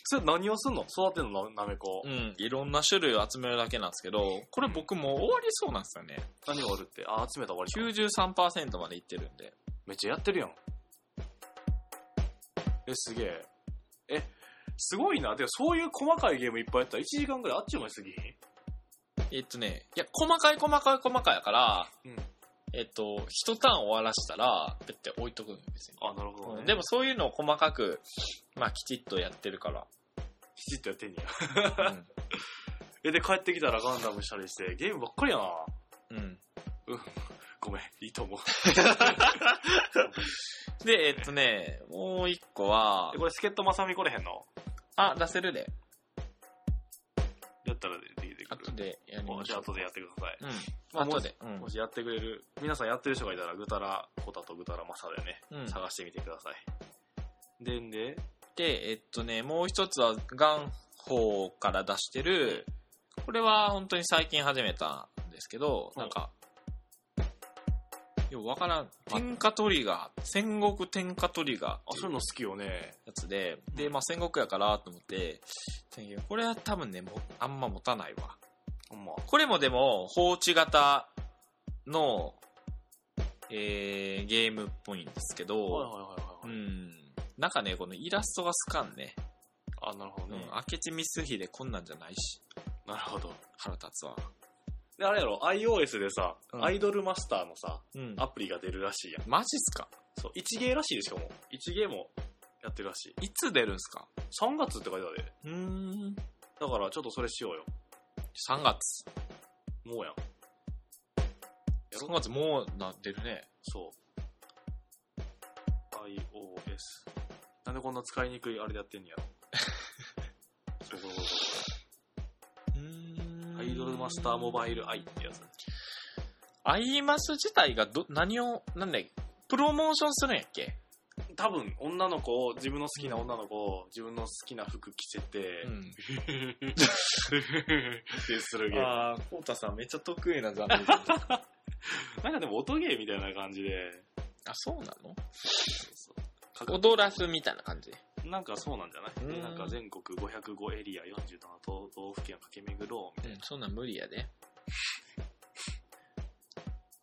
S2: それ何をすんの育てんのななめこ
S1: う。ん、いろんな種類を集めるだけなんですけど、これ僕もう終わりそうなんですよね。
S2: 何があるって。あー、集めたら終わりか。
S1: 93%までいってるんで。
S2: めっちゃやってるやん。え、すげえ。え、すごいな。でもそういう細かいゲームいっぱいやったら1時間ぐらいあっちゅう間に過ぎひん
S1: えっとね、いや、細かい細かい細かいやから、
S2: うん
S1: えっと、一ターン終わらしたら、ペッて置いとくんよ、別に。
S2: あ、なるほど
S1: う
S2: ね。
S1: んでも、そういうのを細かく、まあ、きちっとやってる から。
S2: きちっとやってんねや。
S1: うん
S2: え、で、帰ってきたらガンダムしたりして、ゲームばっかりやな。
S1: うん。
S2: ごめん、いいと思う。
S1: で、えっとね、もう一個は
S2: え、これ、助っ人まさみ来れへんの
S1: あ、出せるで。
S2: やったらでできてく
S1: 後
S2: る。
S1: でやり
S2: お
S1: ま
S2: じ
S1: し
S2: ゃあ、
S1: ょう。
S2: 後でやってください。
S1: うん。
S2: まあ
S1: 後で。う
S2: もし
S1: ん
S2: もしやってくれる、皆さんやってる人がいたら、ぐたらコタとぐたらマサでね、
S1: うん。
S2: 探してみてください。でんで、
S1: で、えっとね、もう一つは、ガンホーから出してる、これは本当に最近始めたんですけど、
S2: うん
S1: なんか、ようわからん。天下トリガー、戦国天下トリガ
S2: あ、
S1: ーって
S2: そ
S1: い
S2: ういう
S1: う
S2: の好きよね。
S1: やつで、
S2: ん
S1: で、まあ戦国やからと思って、これは多分ね、もあんま持たないわ。
S2: ほんま。
S1: これもでも、放置型の、えー、ゲームっぽいんですけど、
S2: はいはいはいは
S1: う
S2: い。
S1: ん。なんかね、このイラストが好かんね。
S2: あ、なるほど
S1: うん
S2: ね。、
S1: 明智光秀こんなんじゃないし、
S2: なるほど。
S1: 腹立つわ。
S2: で、あれやろ、iOS でさ、
S1: うん
S2: アイドルマスターのさ、
S1: うん
S2: アプリが出るらしいやん。
S1: マジっすか
S2: そう、一芸らしいでしかも。一芸もやってるらしい。
S1: いつ出るんすか
S2: 3月って書いてあるで。
S1: うーん。
S2: だから、ちょっとそれしようよ。
S1: 3月。
S2: もうやん。やろ
S1: 3月もうな、出るね。
S2: そう。iOS。なんでこんな使いにくいあれでやってん ねやろ。そうそうそ
S1: う
S2: う
S1: ーん
S2: アイドルマスターモバイル i ってやつ。
S1: アイマス自体がど、何を、なんだっけプロモーションするんやっけ
S2: 多分、女の子を、自分の好きな女の子を、自分の好きな服着せて、
S1: ん。
S2: ってするゲーム。
S1: あー、コウタさんめっちゃ得意なジャンル。
S2: なんかでも音ゲーみたいな感じで、
S1: あ、そうなの踊らすみたいな感じ。
S2: なんかそうなんじゃ
S1: う
S2: ない
S1: ん
S2: でなんか全国505エリア47都道府県を駆け巡ろうみ
S1: う
S2: たい
S1: ん
S2: な、。
S1: そんなん無理やで。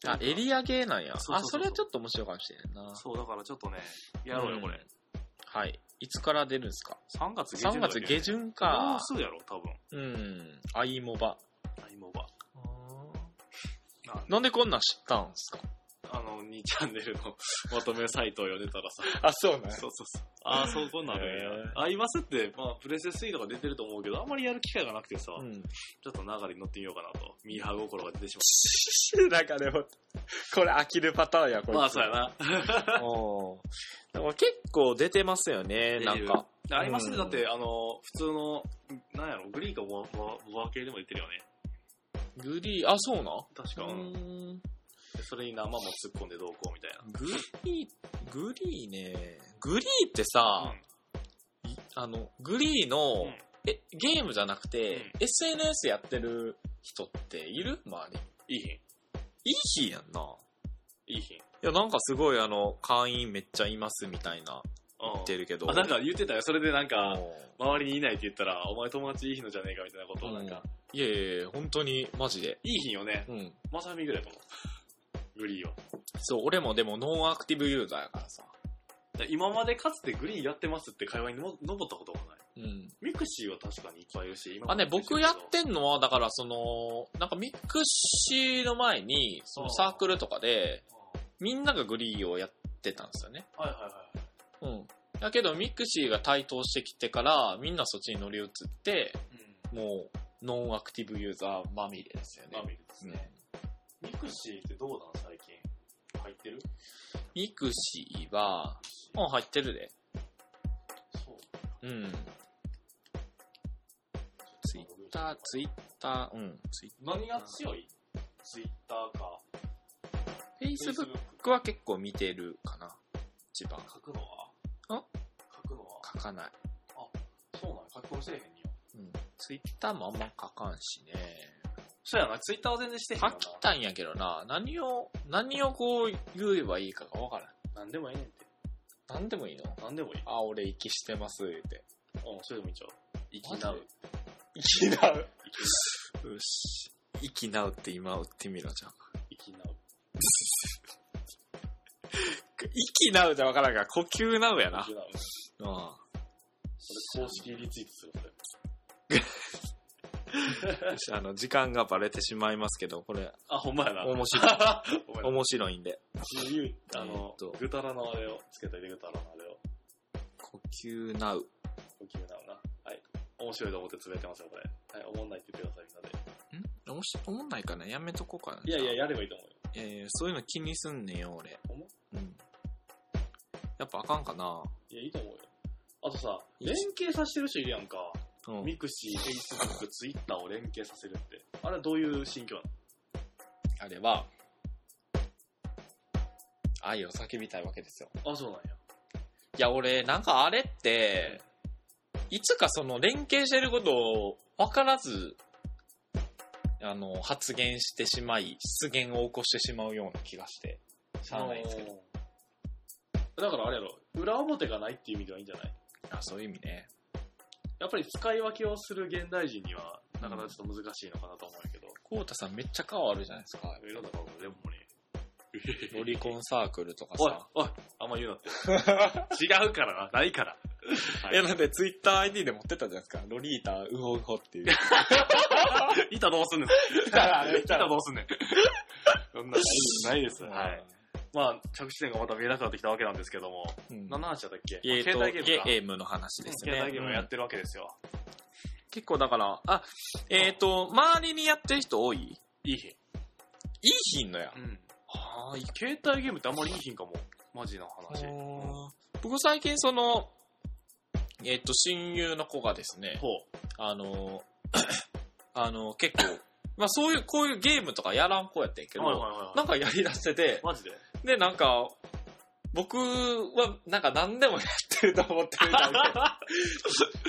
S1: あ、エリアゲーなんや。
S2: そうそうそうそう
S1: あ、それはちょっと面白いかもしれんな。
S2: そう、だからちょっとね、やろうよ、これ。
S1: うんはい。いつから出るんすか
S2: 3月下
S1: ?3
S2: 旬だっけ
S1: 月下旬
S2: も
S1: か
S2: う。すぐやろ、多分。
S1: うん。アイモバ。
S2: アイモバ。なんで
S1: なんでこんなん知ったんすか
S2: あの、2チャンネ ルのまとめサイトを読んでたらさ、
S1: あ、そうね。
S2: そうそうそう。ああ、そうこんなのね
S1: へ。
S2: アイマスって、まあ、プレステ3とか出てると思うけど、あんまりやる機会がなくてさ、
S1: うん。
S2: ちょっと流れに乗ってみようかなと、ミーハー心が出てし
S1: なんかでも、これ飽きるパターンや、こ
S2: ま
S1: れ。
S2: う。まあ、そうやな。
S1: おーでも結構出てますよね、なんか。
S2: ありますね。
S1: うん
S2: だって、あの、普通の、なんやろ、グリーかボアボアボア系でも出てるよね。
S1: グリー、あ、そうな
S2: 確か。
S1: うーん
S2: でそれに生も突っ込んでどうこうみたいな。
S1: グリー、グリーね。グリーってさ、いあの、グリーの、
S2: うん
S1: え、ゲームじゃなくて、
S2: うん
S1: SNS やってる人っている周り。
S2: いい
S1: いい日やんな。
S2: 品。いい品。
S1: いや、なんかすごいあの、会員めっちゃいますみたいな、
S2: うん
S1: 言ってるけど。
S2: あ、なんか言ってたよ。それでなん
S1: う
S2: か、
S1: ん
S2: 周りにいないって言ったら、お前友達いい日のじゃねえかみたいなことをなんか、
S1: いやいやいや、本当に、マジで。
S2: いい日よね。
S1: うん。
S2: まさみぐらいかも。グリーは。
S1: そう、俺もでもノンアクティブユーザーやからさ。
S2: だから今までかつてグリーンやってますって会話にの登ったことがない。
S1: うん。
S2: ミクシーは確かにいっぱいいるし、今も
S1: あ、ね、僕や
S2: け
S1: っ
S2: ど
S1: てんのは、だからその、なんかミクシーの前に、そのサークルとかで、みんながグリーをやってたんですよね。
S2: うんはいはいはい。
S1: うん。だけど、ミクシーが台頭してきてから、みんなそっちに乗り移って、もう、ノンアクティブユーザーまみれですよね
S2: ま。みれですね。ミクシーってどうなん最近。入ってる
S1: うんミクシーは、うん、入ってるで。
S2: そう。
S1: うん。ツイッター、ツイッター、うん、ツイッ
S2: 何が強いツイッターか。
S1: フェイスブッ
S2: Facebook
S1: クは結構見てるかな。一番。
S2: 書くのは
S1: ん
S2: 書くのは
S1: 書かない。
S2: そうなの書き込みせえへんよ。
S1: うん。ツイッターもあんま書かんしね。
S2: そうやな、ツイッターは全然してへん
S1: 書
S2: よ
S1: きたいんやけどな、何を、何をこう言えばいいかがわからん。
S2: な。何でもええねんって。
S1: 何でもいいの
S2: 何でもいい。
S1: あ、俺、息してます、言うて。
S2: うん、それでもいいじゃん。生
S1: マ
S2: き
S1: ジ
S2: なう。
S1: 息なう。
S2: 生きなう
S1: よし。息なうって今打ってみろじゃん。
S2: 生きなう。
S1: 息なうじゃわからんから、呼吸なうやな
S2: 生。きなう。
S1: うん。
S2: それ公式リツイートするそれ。
S1: 私あの、時間がバレてしまいますけど、これ、
S2: あ、 ほんまやな。
S1: 面白い。
S2: お前
S1: 面白いんで。
S2: 自由、あ
S1: えー
S2: の
S1: っと、
S2: ぐたらのあれをつけといて、ぐたらのあれを。
S1: 呼吸なう。
S2: お決めなのな。はい。面白いと思ってつぶやいてますよ、これ。はい、おもんないって言ってください、みんなで。
S1: んおもし、おもんないかなやめとこうかな。
S2: いやいや、やればいいと思うよ。
S1: えーそういうの気にすんねんよ、俺。
S2: ほんま
S1: うん。やっぱあかんかない
S2: や、いいと思うよ。あとさ、
S1: いい
S2: 連携させてる人いるやんか。
S1: うん。
S2: ミクシー、フェイスブック、ツイッターを連携させるって。あれはどういう心境なの
S1: あれは、愛を叫びたいわけですよ。
S2: あ、そうなんや。
S1: いや、俺、なんかあれって、いつかその連携してることを分からず、あの、発言してしまい、失言を起こしてしまうような気がして、しゃあないんですけど。
S2: ど。だからあれやろ、裏表がないっていう意味ではいいんじゃない
S1: あそういう意味ね。
S2: やっぱり使い分けをする現代人には、なかなかちょっと難しいのかなと思うけど。
S1: こうたさんめっちゃ顔あるじゃないですか。
S2: いろんな顔がレモンに。
S1: ロリコンサークルとか
S2: おい
S1: さ。、
S2: おい、あんま言うなって。違うからな、ないから。
S1: いや、だってツイッター ID で持ってったじゃないですか。ロリータ、ウホウホ っていう。
S2: 板どうすんねん。 板どうすんねん。そんな、ないです。はい。。まあ、着地点がまた見えなくなってきたわけなんですけども、
S1: うん
S2: 何の話だったっけ
S1: えーと
S2: 携帯ゲームか。
S1: ゲームの話ですね。
S2: 携帯ゲームをや
S1: う
S2: っ
S1: ん
S2: てるわけですよ。
S1: 結構だから、あ、えっ、と、周りにやってる人多いい
S2: いい品。
S1: い品のや。
S2: うん。
S1: はーい。
S2: 携帯ゲームってあんまりいい品かも。マジな話。うん
S1: 僕最近その、えっ、と、親友の子がですね、
S2: ほ
S1: あの、 あの、結構、まあそういう、こういうゲームとかやらん子やってんけ
S2: う。
S1: ど、
S2: はいはいはいは
S1: なんかやりだしてて
S2: い。、マジで
S1: で、なんか、僕は、なんか何でもやってると思ってるみたいで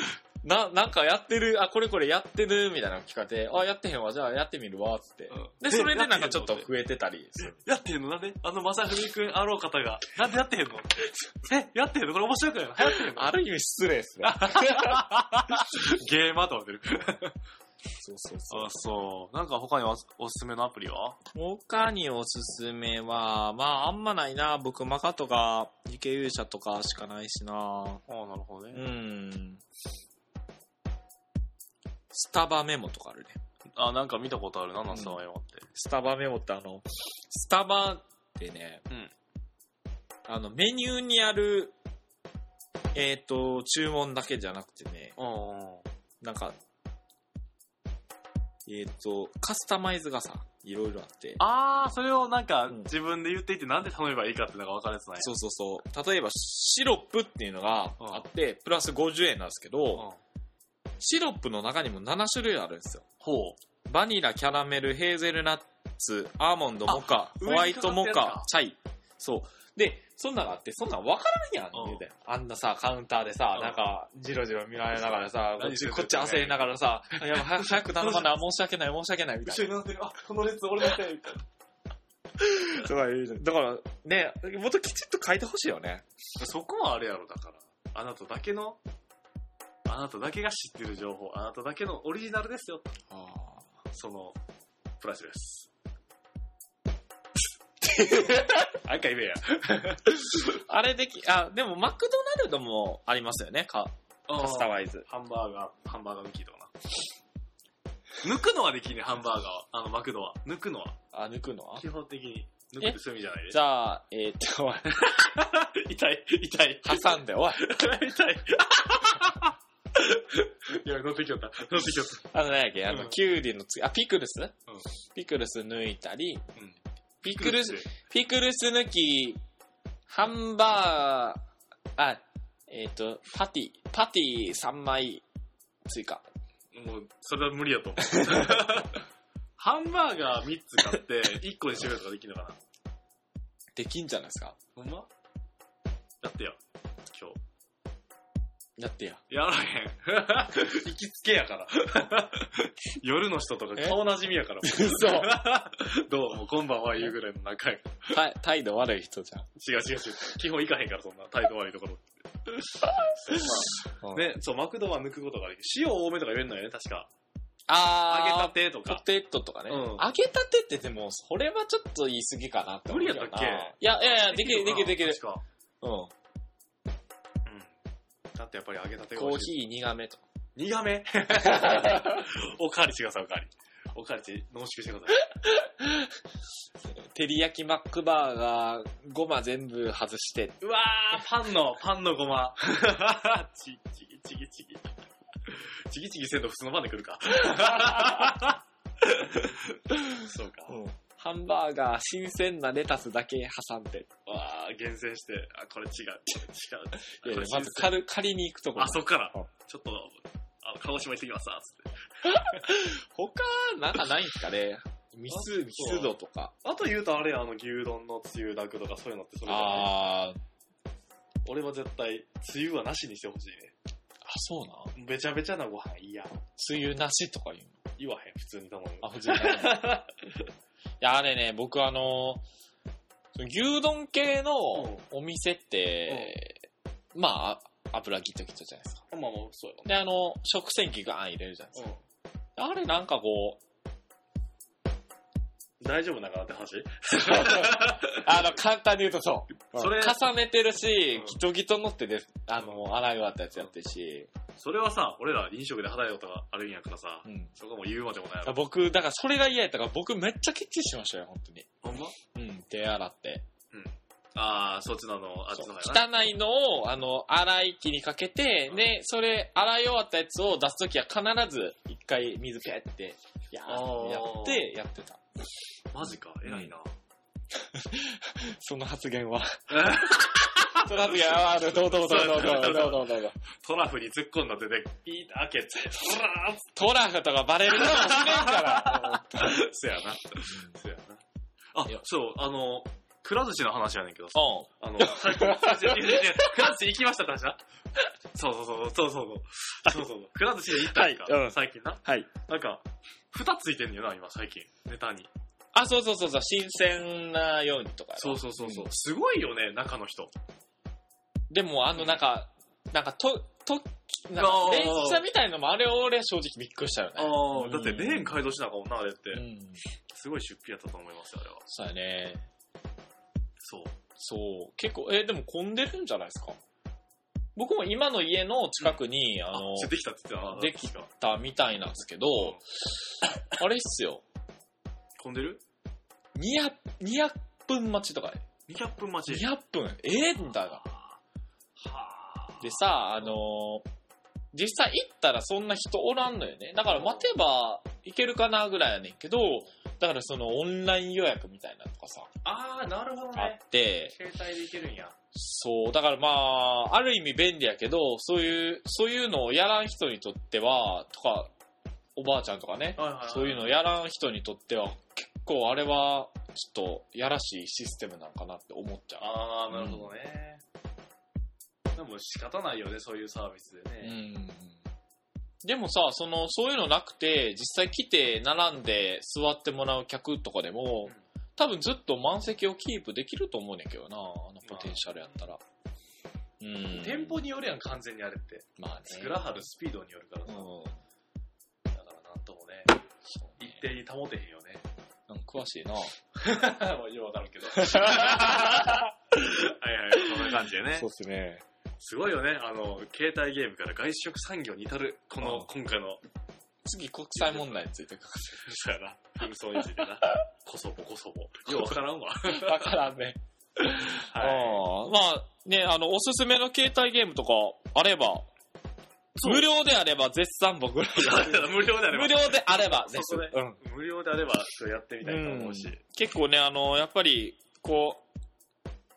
S1: な、なんかやってる、あ、これこれやってる、みたいなの聞かれて、あ、やってへんわ、じゃあやってみるわ、つって。で、それでなんかちょっと増えてたりする。
S2: やってへんのなんであの、まさふみくんあろう方が。なんでやって へんのえ、やってへんのこれ面白くないの流行ってへん の
S1: ある意味失礼ですね。
S2: ゲーマーと思ってる。
S1: そうそうそう
S2: あ、。 そう。なんか他におおすすめのアプリは
S1: 他におすすめは、まああんまないな。僕、マカとか、池勇者とかしかないしな。
S2: ああ、なるほど
S1: う
S2: ね。
S1: ん。スタバメモとかあるね。
S2: ああ、なんか見たことあるな、なんすか、
S1: う
S2: 今って。
S1: スタバメモってあの、スタバってね、
S2: うん
S1: あの、メニューにある、えっ、と、注文だけじゃなくてね、
S2: う
S1: なんか、えっ、と、カスタマイズがさ、いろいろあって。
S2: あー、それをなんか、
S1: うん
S2: 自分で言っていって、なんで頼めばいいかっていうのが分かるやつない。
S1: そうそうそう。例えば、シロップっていうのがあって、プラス50円なんですけど、
S2: うん
S1: シロップの中にも7種類あるんですよ。
S2: ほう。
S1: バニラ、キャラメル、ヘーゼルナッツ、アーモンド、モカ、ホ
S2: 上に
S1: ワイトモ
S2: かかってる
S1: カ
S2: や、
S1: チャイ。そう。で、そんなんがあって、そんなん分からんやん、
S2: うん
S1: 言うて。あんなさ、カウンターでさ
S2: う、ん
S1: なんか、じろじろ見られながらさ、こっ
S2: 何して
S1: ち、
S2: んの
S1: こっち焦りながらさ、あやばい、早く早く頼ま な、申し訳ない、申し訳ない、みたいな。
S2: 後ろに乗ってる、あ、この列俺のせい。
S1: とか言うじゃんだから、ね、もっときちっと書いてほしいよね。
S2: そこはあれやろ、だから。あなただけの、あなただけが知ってる情報、あなただけのオリジナルですよ。その、プラ スです。あんか言えや。
S1: あれでき、あ、でもマクドナルドもありますよね、カカスタマイズ。
S2: ハンバーガー、ハンバーガー抜きとかな。抜くのはできんねん、ハンバーガーは。あの、マクドは。抜くのは。
S1: あ、抜くのは
S2: 基本的に。抜くってそういう意味じゃないで
S1: じゃあ、えーっと、 おい
S2: 痛い、痛い。
S1: 挟んで、おい。
S2: 痛い。いや、乗ってきよった。乗ってきよっ
S1: あの、何やっけ、あの、
S2: うん
S1: キュウリの次、あ、ピクルス、ピクルス抜いたり、
S2: た。うん。
S1: ピクルス、ピクルス抜き、ハンバー、あ、えーっ、と、パティ、パティ3枚追加。
S2: もう、それは無理やと思う。 ハンバーガー3つ買って、1個にしてみるとかできるのかな
S1: できんじゃないですか。
S2: ほんまやってよ。
S1: や
S2: 今
S1: ってや。
S2: 日。やらへん。 行きつけやから。 夜の人とか
S1: え
S2: 顔なじみやから。
S1: 嘘
S2: う。 どうも、今晩は言うぐらいの仲やから。
S1: 態態度悪い人じゃん。
S2: 違う違う違う。基本行かへんから、そんな態度悪いところ。
S1: うん
S2: ね、そう、マクドは抜くことができる。塩多めとか言えんのよね、確か。揚げた
S1: あー、
S2: てと
S1: ポ
S2: か。
S1: テトとかね。
S2: うん
S1: 揚げたてってでも、それはちょっと言い過ぎかなって思うよな。
S2: 無理やったっけ
S1: いや、いやいや、できる、できる、できる。
S2: 確か。
S1: うん。
S2: うん。だってやっぱり揚げたてが
S1: コ
S2: 美
S1: ー
S2: 味し
S1: ヒ
S2: い。
S1: ー苦めとか。
S2: 苦め おかわりしてください、おかわり。おかわりして濃縮してください。
S1: 照り焼きマックバーガー、ごま全部外して。
S2: うわー、パンの、パンのご ま。ちぎちぎちぎちぎ。ちぎちぎせんと普通のパンで来るか。 そうか。
S1: ハンバーガー、新鮮なレタスだけ挟んで。
S2: わー、厳選して、あ、これ違う。違う。
S1: いやいや
S2: これ
S1: まず借り、借りに行くところ
S2: あ、。そっから
S1: うん。
S2: ちょっと、あの、鹿児島行ってきますわ、つって。
S1: 他、なんかないんすかね。ミス、ミスドとか。
S2: あと言うとあれや、あの、牛丼のつゆだくとかそういうのってそれじゃない
S1: あー、
S2: 俺は絶対、つゆはなしにしてほしい
S1: あ、そうな。
S2: ね。べちゃべちゃなご飯いいやん。
S1: 梅雨なしとか言う
S2: 言わへん、普通に頼むよ。
S1: の。あ、普通に。いや、あれね、僕あの、牛丼系のお店って、まあ、油ギトギトじゃないですか。
S2: まあまあ、そう
S1: で、あの、食洗機ガーン入れるじゃないです
S2: やろ。
S1: か。あれなんかこう、
S2: うん。大丈夫なかなって話
S1: あの、簡単に言うとそう。
S2: それ
S1: 重ねてるし
S2: う、ん
S1: ギトギトのってで、あの、洗い終わったやつやってるし。
S2: それはさ、俺ら飲食で働いたことがあるんやからさ、
S1: うん。
S2: そこはもう言うまでもないやろ。
S1: 僕、だからそれが嫌やったから、僕めっちゃきっちりしましたよ、本当に。
S2: ほんま
S1: うん、手洗って。
S2: あー、そっちのあの、あっち
S1: そう
S2: の方やな。
S1: 汚いのを、あの、洗い機にかけて
S2: う、ん
S1: で、それ、洗い終わったやつを出すときは必ず、一回水ペーって、や
S2: あー
S1: やって、やってた。
S2: マジか、偉いな。
S1: その発言 は。
S2: え
S1: その発言は、あのどうどうどうどうどうどうどうどうどう。
S2: トラフに突っ込んだ手で、ピーって開けて、ほらーっつっ
S1: トラフとかバレるかもしれん から。
S2: て。そ やな。そやな。あ
S1: いや、
S2: そう、あの、くら寿司の話やねんけどさ、
S1: うん。
S2: あの、さっき、違う違う違う違うくら寿司行きましたって話な。そうそうそう、そうそうそう。そうそうそう。くら寿司で行ったんか、
S1: はいうん
S2: 最近な。
S1: はい。
S2: なんか、蓋ついてんのよな、今、最近。ネタに。
S1: あ、そうそうそうそう、新鮮なようにとかやろ。
S2: そうそうそうそう
S1: う。ん
S2: すごいよね、中の人。
S1: でも、あの、なんか、なんか、と、と、なん
S2: あ
S1: か
S2: ー
S1: 電車みたいのも、あれ俺正直びっくりしたよ
S2: あ
S1: ね。
S2: あ、
S1: うん
S2: だってレーン改造しなあかんもんな、あれって。
S1: うん。
S2: すごい出費やったと思いますよ、あれは。
S1: そうやね。
S2: そう。
S1: そう。結構、え、でも混んでるんじゃないですか僕も今の家の近くに、あ
S2: あ
S1: の、
S2: できたって言ってたな
S1: でき
S2: 確か
S1: たみたいなんですけど、あれっすよ。
S2: 混んでる
S1: 200、200分待ちとかで。
S2: 200分待ち。
S1: 200分ええんだが。
S2: は
S1: でさ、あのー実際行ったらそんな人おらんのよね。だから待てば行けるかなぐらいやねんけど、だからそのオンライン予約みたいなのとかさ、
S2: ああ、なるほど
S1: あ
S2: ね。
S1: って、
S2: 携帯でいけるんや。
S1: そう、だからまあ、ある意味便利やけど、そういう、そういうのをやらん人にとっては、とか、おばあちゃんとかね、
S2: はいは
S1: そういうのをやらん人にとっては、結構あれは、ちょっと、やらしいシステムなんかなって思っちゃう。
S2: ああ、なるほどね。でも仕方ないよね、そういうサービスで
S1: う
S2: ね。
S1: んでもさ、その、そういうのなくて、実際来て並んで座ってもらう客とかでも
S2: うん、
S1: 多分ずっと満席をキープできると思うねんけどな、あのポテンシャルやったら。うん。
S2: 店舗によるやん、完全にあれって。
S1: まあね。
S2: 作らはるスピードによるから
S1: う
S2: さ。
S1: ん。
S2: だからなんともね、
S1: そう
S2: 一
S1: ね
S2: 定に保てへんよね。
S1: なんか詳し いな。
S2: まあ、ようわかるけど。はいはい、こんな感じでね。
S1: うですね。
S2: すごいよね、あの、携帯ゲームから外食産業に至る、こ
S1: うん
S2: の、今回の、
S1: 次、国際問題について書く。
S2: そうやな、紛争についてな。こそぼこ そぼ。ようわからんわ。
S1: わからんね。
S2: は
S1: あ
S2: い。
S1: あまあね、あの、おすすめの携帯ゲームとかあれば、無料であれば絶賛僕ら やる。
S2: 無料であれば
S1: 無料であればぜひ
S2: そうそう
S1: うん、
S2: 無料であれば、ちょっとやってみたいと思うし。
S1: うん結構ねあのやっぱりこう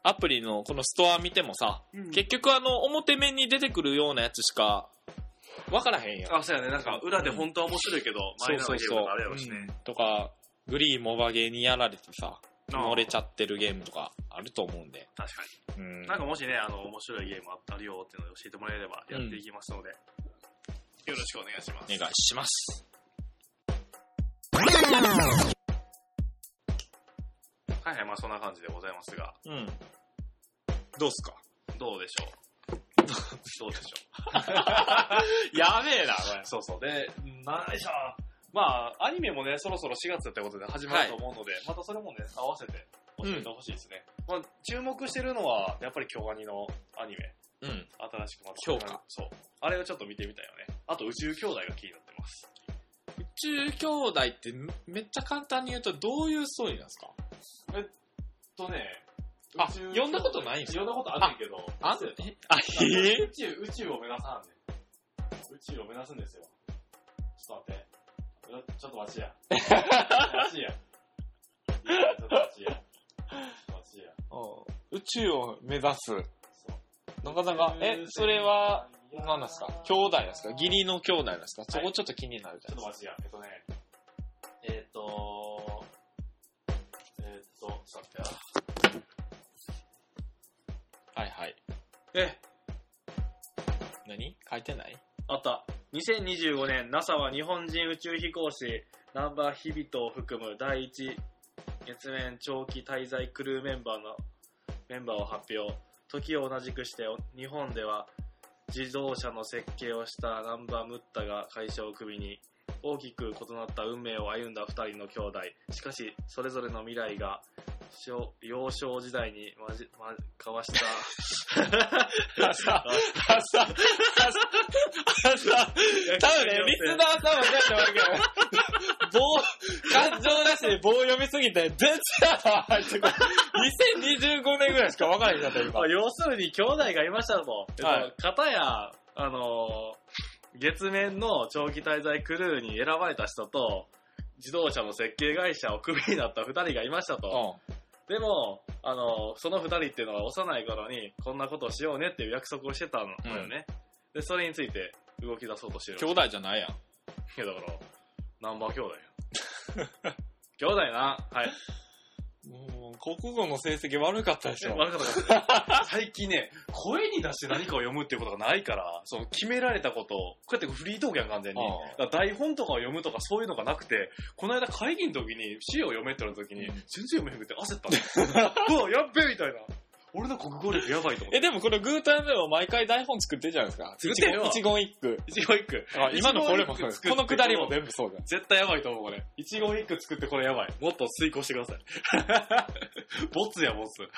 S1: アプリのこのストア見てもさ、結局あの表面に出てくるようなやつしか分からへんやん
S2: あ、そうやね。なんか、裏で本当は面白いけど、前のゲームとかあれやろしね
S1: う。んとかグリーンモバゲーにやられてさ埋
S2: あ
S1: も
S2: あ
S1: れちゃってるゲームとかあると思うんで、
S2: 確かに。
S1: うん
S2: なんかもしね、あの、面白いゲームあったりよっていうのを教えてもらえれば、やっていきますので、よろしくお願いします。
S1: お願いします
S2: はいはい、まあそんな感じでございますが、
S1: うんどうすか
S2: どうでしょう。 どうでしょ
S1: やべえなこ
S2: う。そうそう。で、ないしょ。まあ、アニメもね、そろそろ4月ってことで始まると思うので、またそれもね、合わせて教えてほしいですね。まあ、注目してるのは、やっぱり京アニのアニメ。
S1: れうん
S2: 新しくまた。
S1: 強化
S2: そう。あれをちょっと見てみたいよね。あと、宇宙兄弟が気になってます。
S1: 宇宙兄弟ってめっちゃ簡単に言うとどういうストーリーなんですか
S2: とね、
S1: あ読んだことないんすか
S2: 読んだことあるけど、
S1: あ
S2: そうや
S1: えあえ
S2: 宇宙、宇宙を目指さんね。宇宙を目指すんですよ。ちょっと待って。ちょっと待ちや。待ちや。いやちょっと待ちや。待ちや。
S1: 宇宙を目指す。
S2: そう
S1: なかなか、え、それは、、何なんですか兄弟なんですか義
S2: リ
S1: 理の兄弟なんですかそこちょっと気になるじ
S2: ち
S1: ゃ
S2: ょっと
S1: ないで
S2: 待ちや。えっとね。えっと、えっと、ちょっと待
S1: すか。はいはい。
S2: ってや。え、
S1: 何書いてない
S2: あった。2025年 NASA は日本人宇宙飛行士ナンバーヒビトを含む第一月面長期滞在クルーメンバーのメンバーを発表。時を同じくして日本では自動車の設計をしたナンバームッタが会社をクビに大きく異なった運命を歩んだ二人の兄弟。しかし、それぞれの未来が小幼少時代にまじ、ま、交わした。
S1: 朝、朝、朝、多分 ね、リスナーさんもそうやって思うけど、棒、感情なしで棒読みすぎて、全然頭入ってこない。2025年ぐらいしか分からへんかった、今
S2: まあ、。要するに兄弟がいましたと。えっと
S1: はい
S2: 片や、あのー月面の長期滞在クルーに選ばれた人と、自動車の設計会社をクビになった二人がいましたと。
S1: う
S2: でも、あのーその二人っていうのは幼い頃に、こんなことをしようねっていう約束をしてたのよね。で、それについて動き出そうとしてる。
S1: ん。兄弟じゃないやん。
S2: いやだから、ナンバー兄弟や。兄弟な。はい。
S1: もう、国語の成績悪かったでしょ。
S2: 悪かった。最近ね、声に出して何かを読むっていうことがないから、その決められたことを、こうやってフリートークやん、完全に。
S1: あ
S2: だから台本とかを読むとかそういうのがなくて、この間会議の時に資料を読めって言われた時に、
S1: うん
S2: 全然読めへんくて焦ったの。うわ、 やっべえみたいな。俺の国語力やばいと思って。
S1: え、でもこれグータンでも毎回台本作ってるじゃないですか。
S2: 作ってるよ
S1: 一言一句。
S2: 一語一句。
S1: 今のこれも、こ
S2: 一言一句作って
S1: のくだりも全部そうじゃん。
S2: 絶対やばいと思う、これ。一言一句作ってこれやばい。もっと遂行してください。 ボツや、ボツ。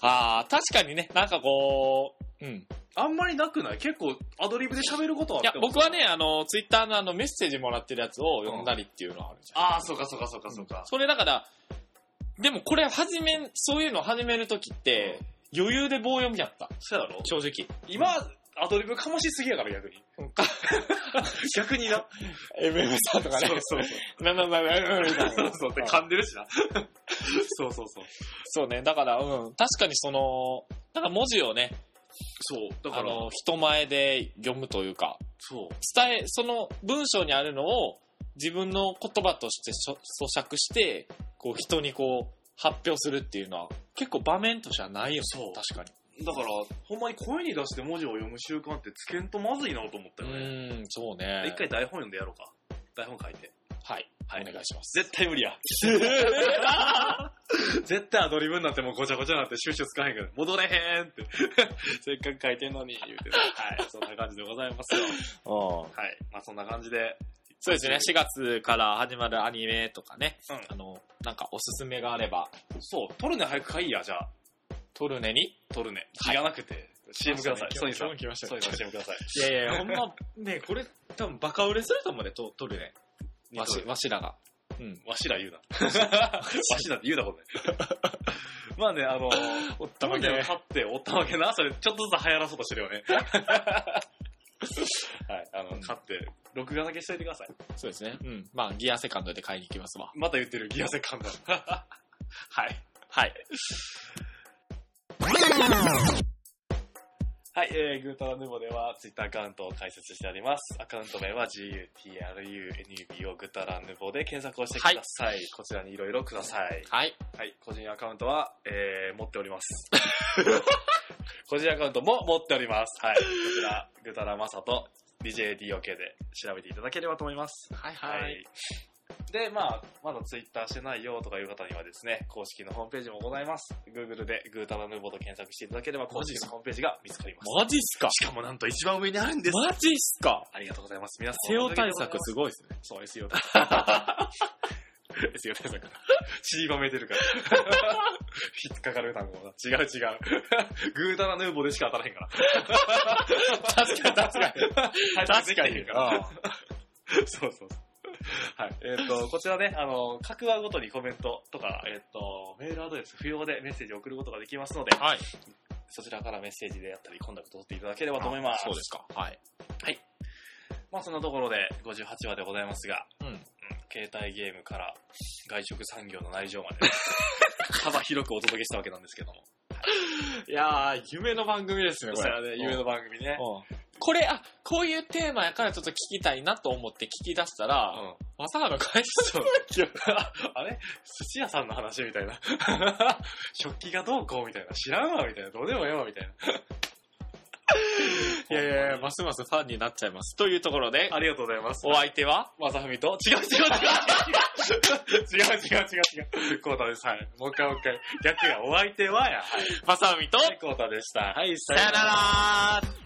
S1: ああ、確かにね、なんかこう、うん。
S2: あんまりなくない結構アドリブで喋ることはあ
S1: いや
S2: って、も
S1: 僕はね、あの、ツイッターのあの、メッセージもらってるやつを読んだりっていうのはあるじゃん。
S2: ああ、そうかそうかそうかそうか。
S1: それだから、でもこれ始め、そういうの始めるときって、余裕で棒読みやった。
S2: そうやろ
S1: 正直。
S2: 今、アドリブかもしすぎやから逆に。逆にな。
S1: MM さんとかね。
S2: そうそうそう。
S1: なななななな
S2: そうそうって噛んでるしな。そうそうそう。
S1: そうね。だから、うん。確かにその、なんか文字をね、
S2: そう。だか
S1: あ
S2: ら、
S1: の、人前で読むというか、
S2: そう。
S1: 伝え、その文章にあるのを自分の言葉としてそ咀嚼して、こう人にこう発表するっていうのは結構場面としてはないよね。
S2: そう
S1: 確か
S2: だから、ほんまに声に出して文字を読む習慣ってつけんとまずいなと思った
S1: に。
S2: よね。
S1: うーん、そうね。
S2: 一回台本読んでやろうか。台本書いて。
S1: はい。
S2: はい
S1: お願いします。
S2: 絶対無理 や。絶対アドリブになってもうごちゃごちゃになって収集つかへんから、戻れへんって。 せっかく書いてんのに、言うて。はい、そんな感じでございますよ。
S1: うん
S2: はい。まあそんな感じで。
S1: そうですね。4月から始まるアニメとかね。
S2: うん
S1: あの、なんかおすすめがあれば、
S2: そう、トルネ早く買いや、じゃあ。
S1: トルネに。
S2: トルネ。
S1: はい
S2: い、がなくて。CM ください。ソニーさん。
S1: 今日来ました
S2: ソ
S1: ね
S2: ニーさん CM ください。
S1: いやいや、ほ んま、ね、これ多分バカ売れすると思うね、トトルネ。わし、わしらが。うん。
S2: わし ら言うな。わしらって言うなことね。まあね、あの、
S1: おった
S2: た
S1: ま
S2: ま
S1: げ
S2: げ
S1: ね
S2: を。買って、おったまげな、それ、ちょっとずつ流行らそうとしてるよね。はい、あの、買って、録画だけしといてください。
S1: そうですね。うん。まあ、ギアセカンドで買いに行きますわ。
S2: また言ってる、ギアセ カンド。はい。
S1: はい。
S2: はい、えー、グータラヌボでは、ツイッターアカウントを開設しております。アカウント名は GUTRUNUBO グータラヌボで検索をしてください。こちらにいろいろください。
S1: はい。
S2: はい、個人アカウントは、えー、持っております。 個人アカウントも持っております。はい。こちら、ぐたらまさと DJDOK で調べていただければと思います。
S1: はい
S2: はい。
S1: はい。
S2: で、まあ、まだツイッターしてないよとかいう方にはですね、公式のホームページもございます。Google でぐーたらヌーボーと検索していただければ公式のホームページが見つかります。
S1: マジっすか
S2: しかもなんと一番上にあるんです。
S1: マジっすか
S2: ありがとうございます。皆さん。
S1: セオ対策すごいですね。
S2: そう、SEO 対策。SEO 対策。ちりばめて るから。引っかかる単語が。違う違う。グータラヌーボーでしか当たらへんから。
S1: 確かに確かに。確かに。
S2: そうそうそう。はい。えっ、と、こちらね、あの、各話ごとにコメントとか、えっ、と、メールアドレス不要でメッセージを送ることができますので、
S1: はい。
S2: そちらからメッセージであったり、コンタクトを取っていただければと思います。
S1: そうですか。はい。
S2: はい。まあ、そんなところで58話でございますが、
S1: うん。
S2: 携帯ゲームから外食産業の内情ま で、幅広くお届けしたわけなんですけども。
S1: いやー、夢の番組ですね、
S2: そ
S1: こ
S2: した
S1: れ。
S2: らね、夢の番組ね。
S1: うんこれ、あ、こういうテーマやからちょっと聞きたいなと思って聞き出した
S2: う
S1: ら、
S2: ん。
S1: まさかの会社
S2: そう。あれ寿司屋さんの話みたいな。 食器がどうこうみたいな。知らんわみたいな。どうでもええわみたい
S1: い
S2: な。
S1: やいやいや、ますますファンになっちゃいます。というところで、
S2: ありがとうございます。
S1: お相手は
S2: まさふみと、違う違う違う違う違う違う違う違う。コータです。はい。もう一回もう一回。逆や、お相手はや。は
S1: まさみと、
S2: い、コータでした。はい、
S1: さよなら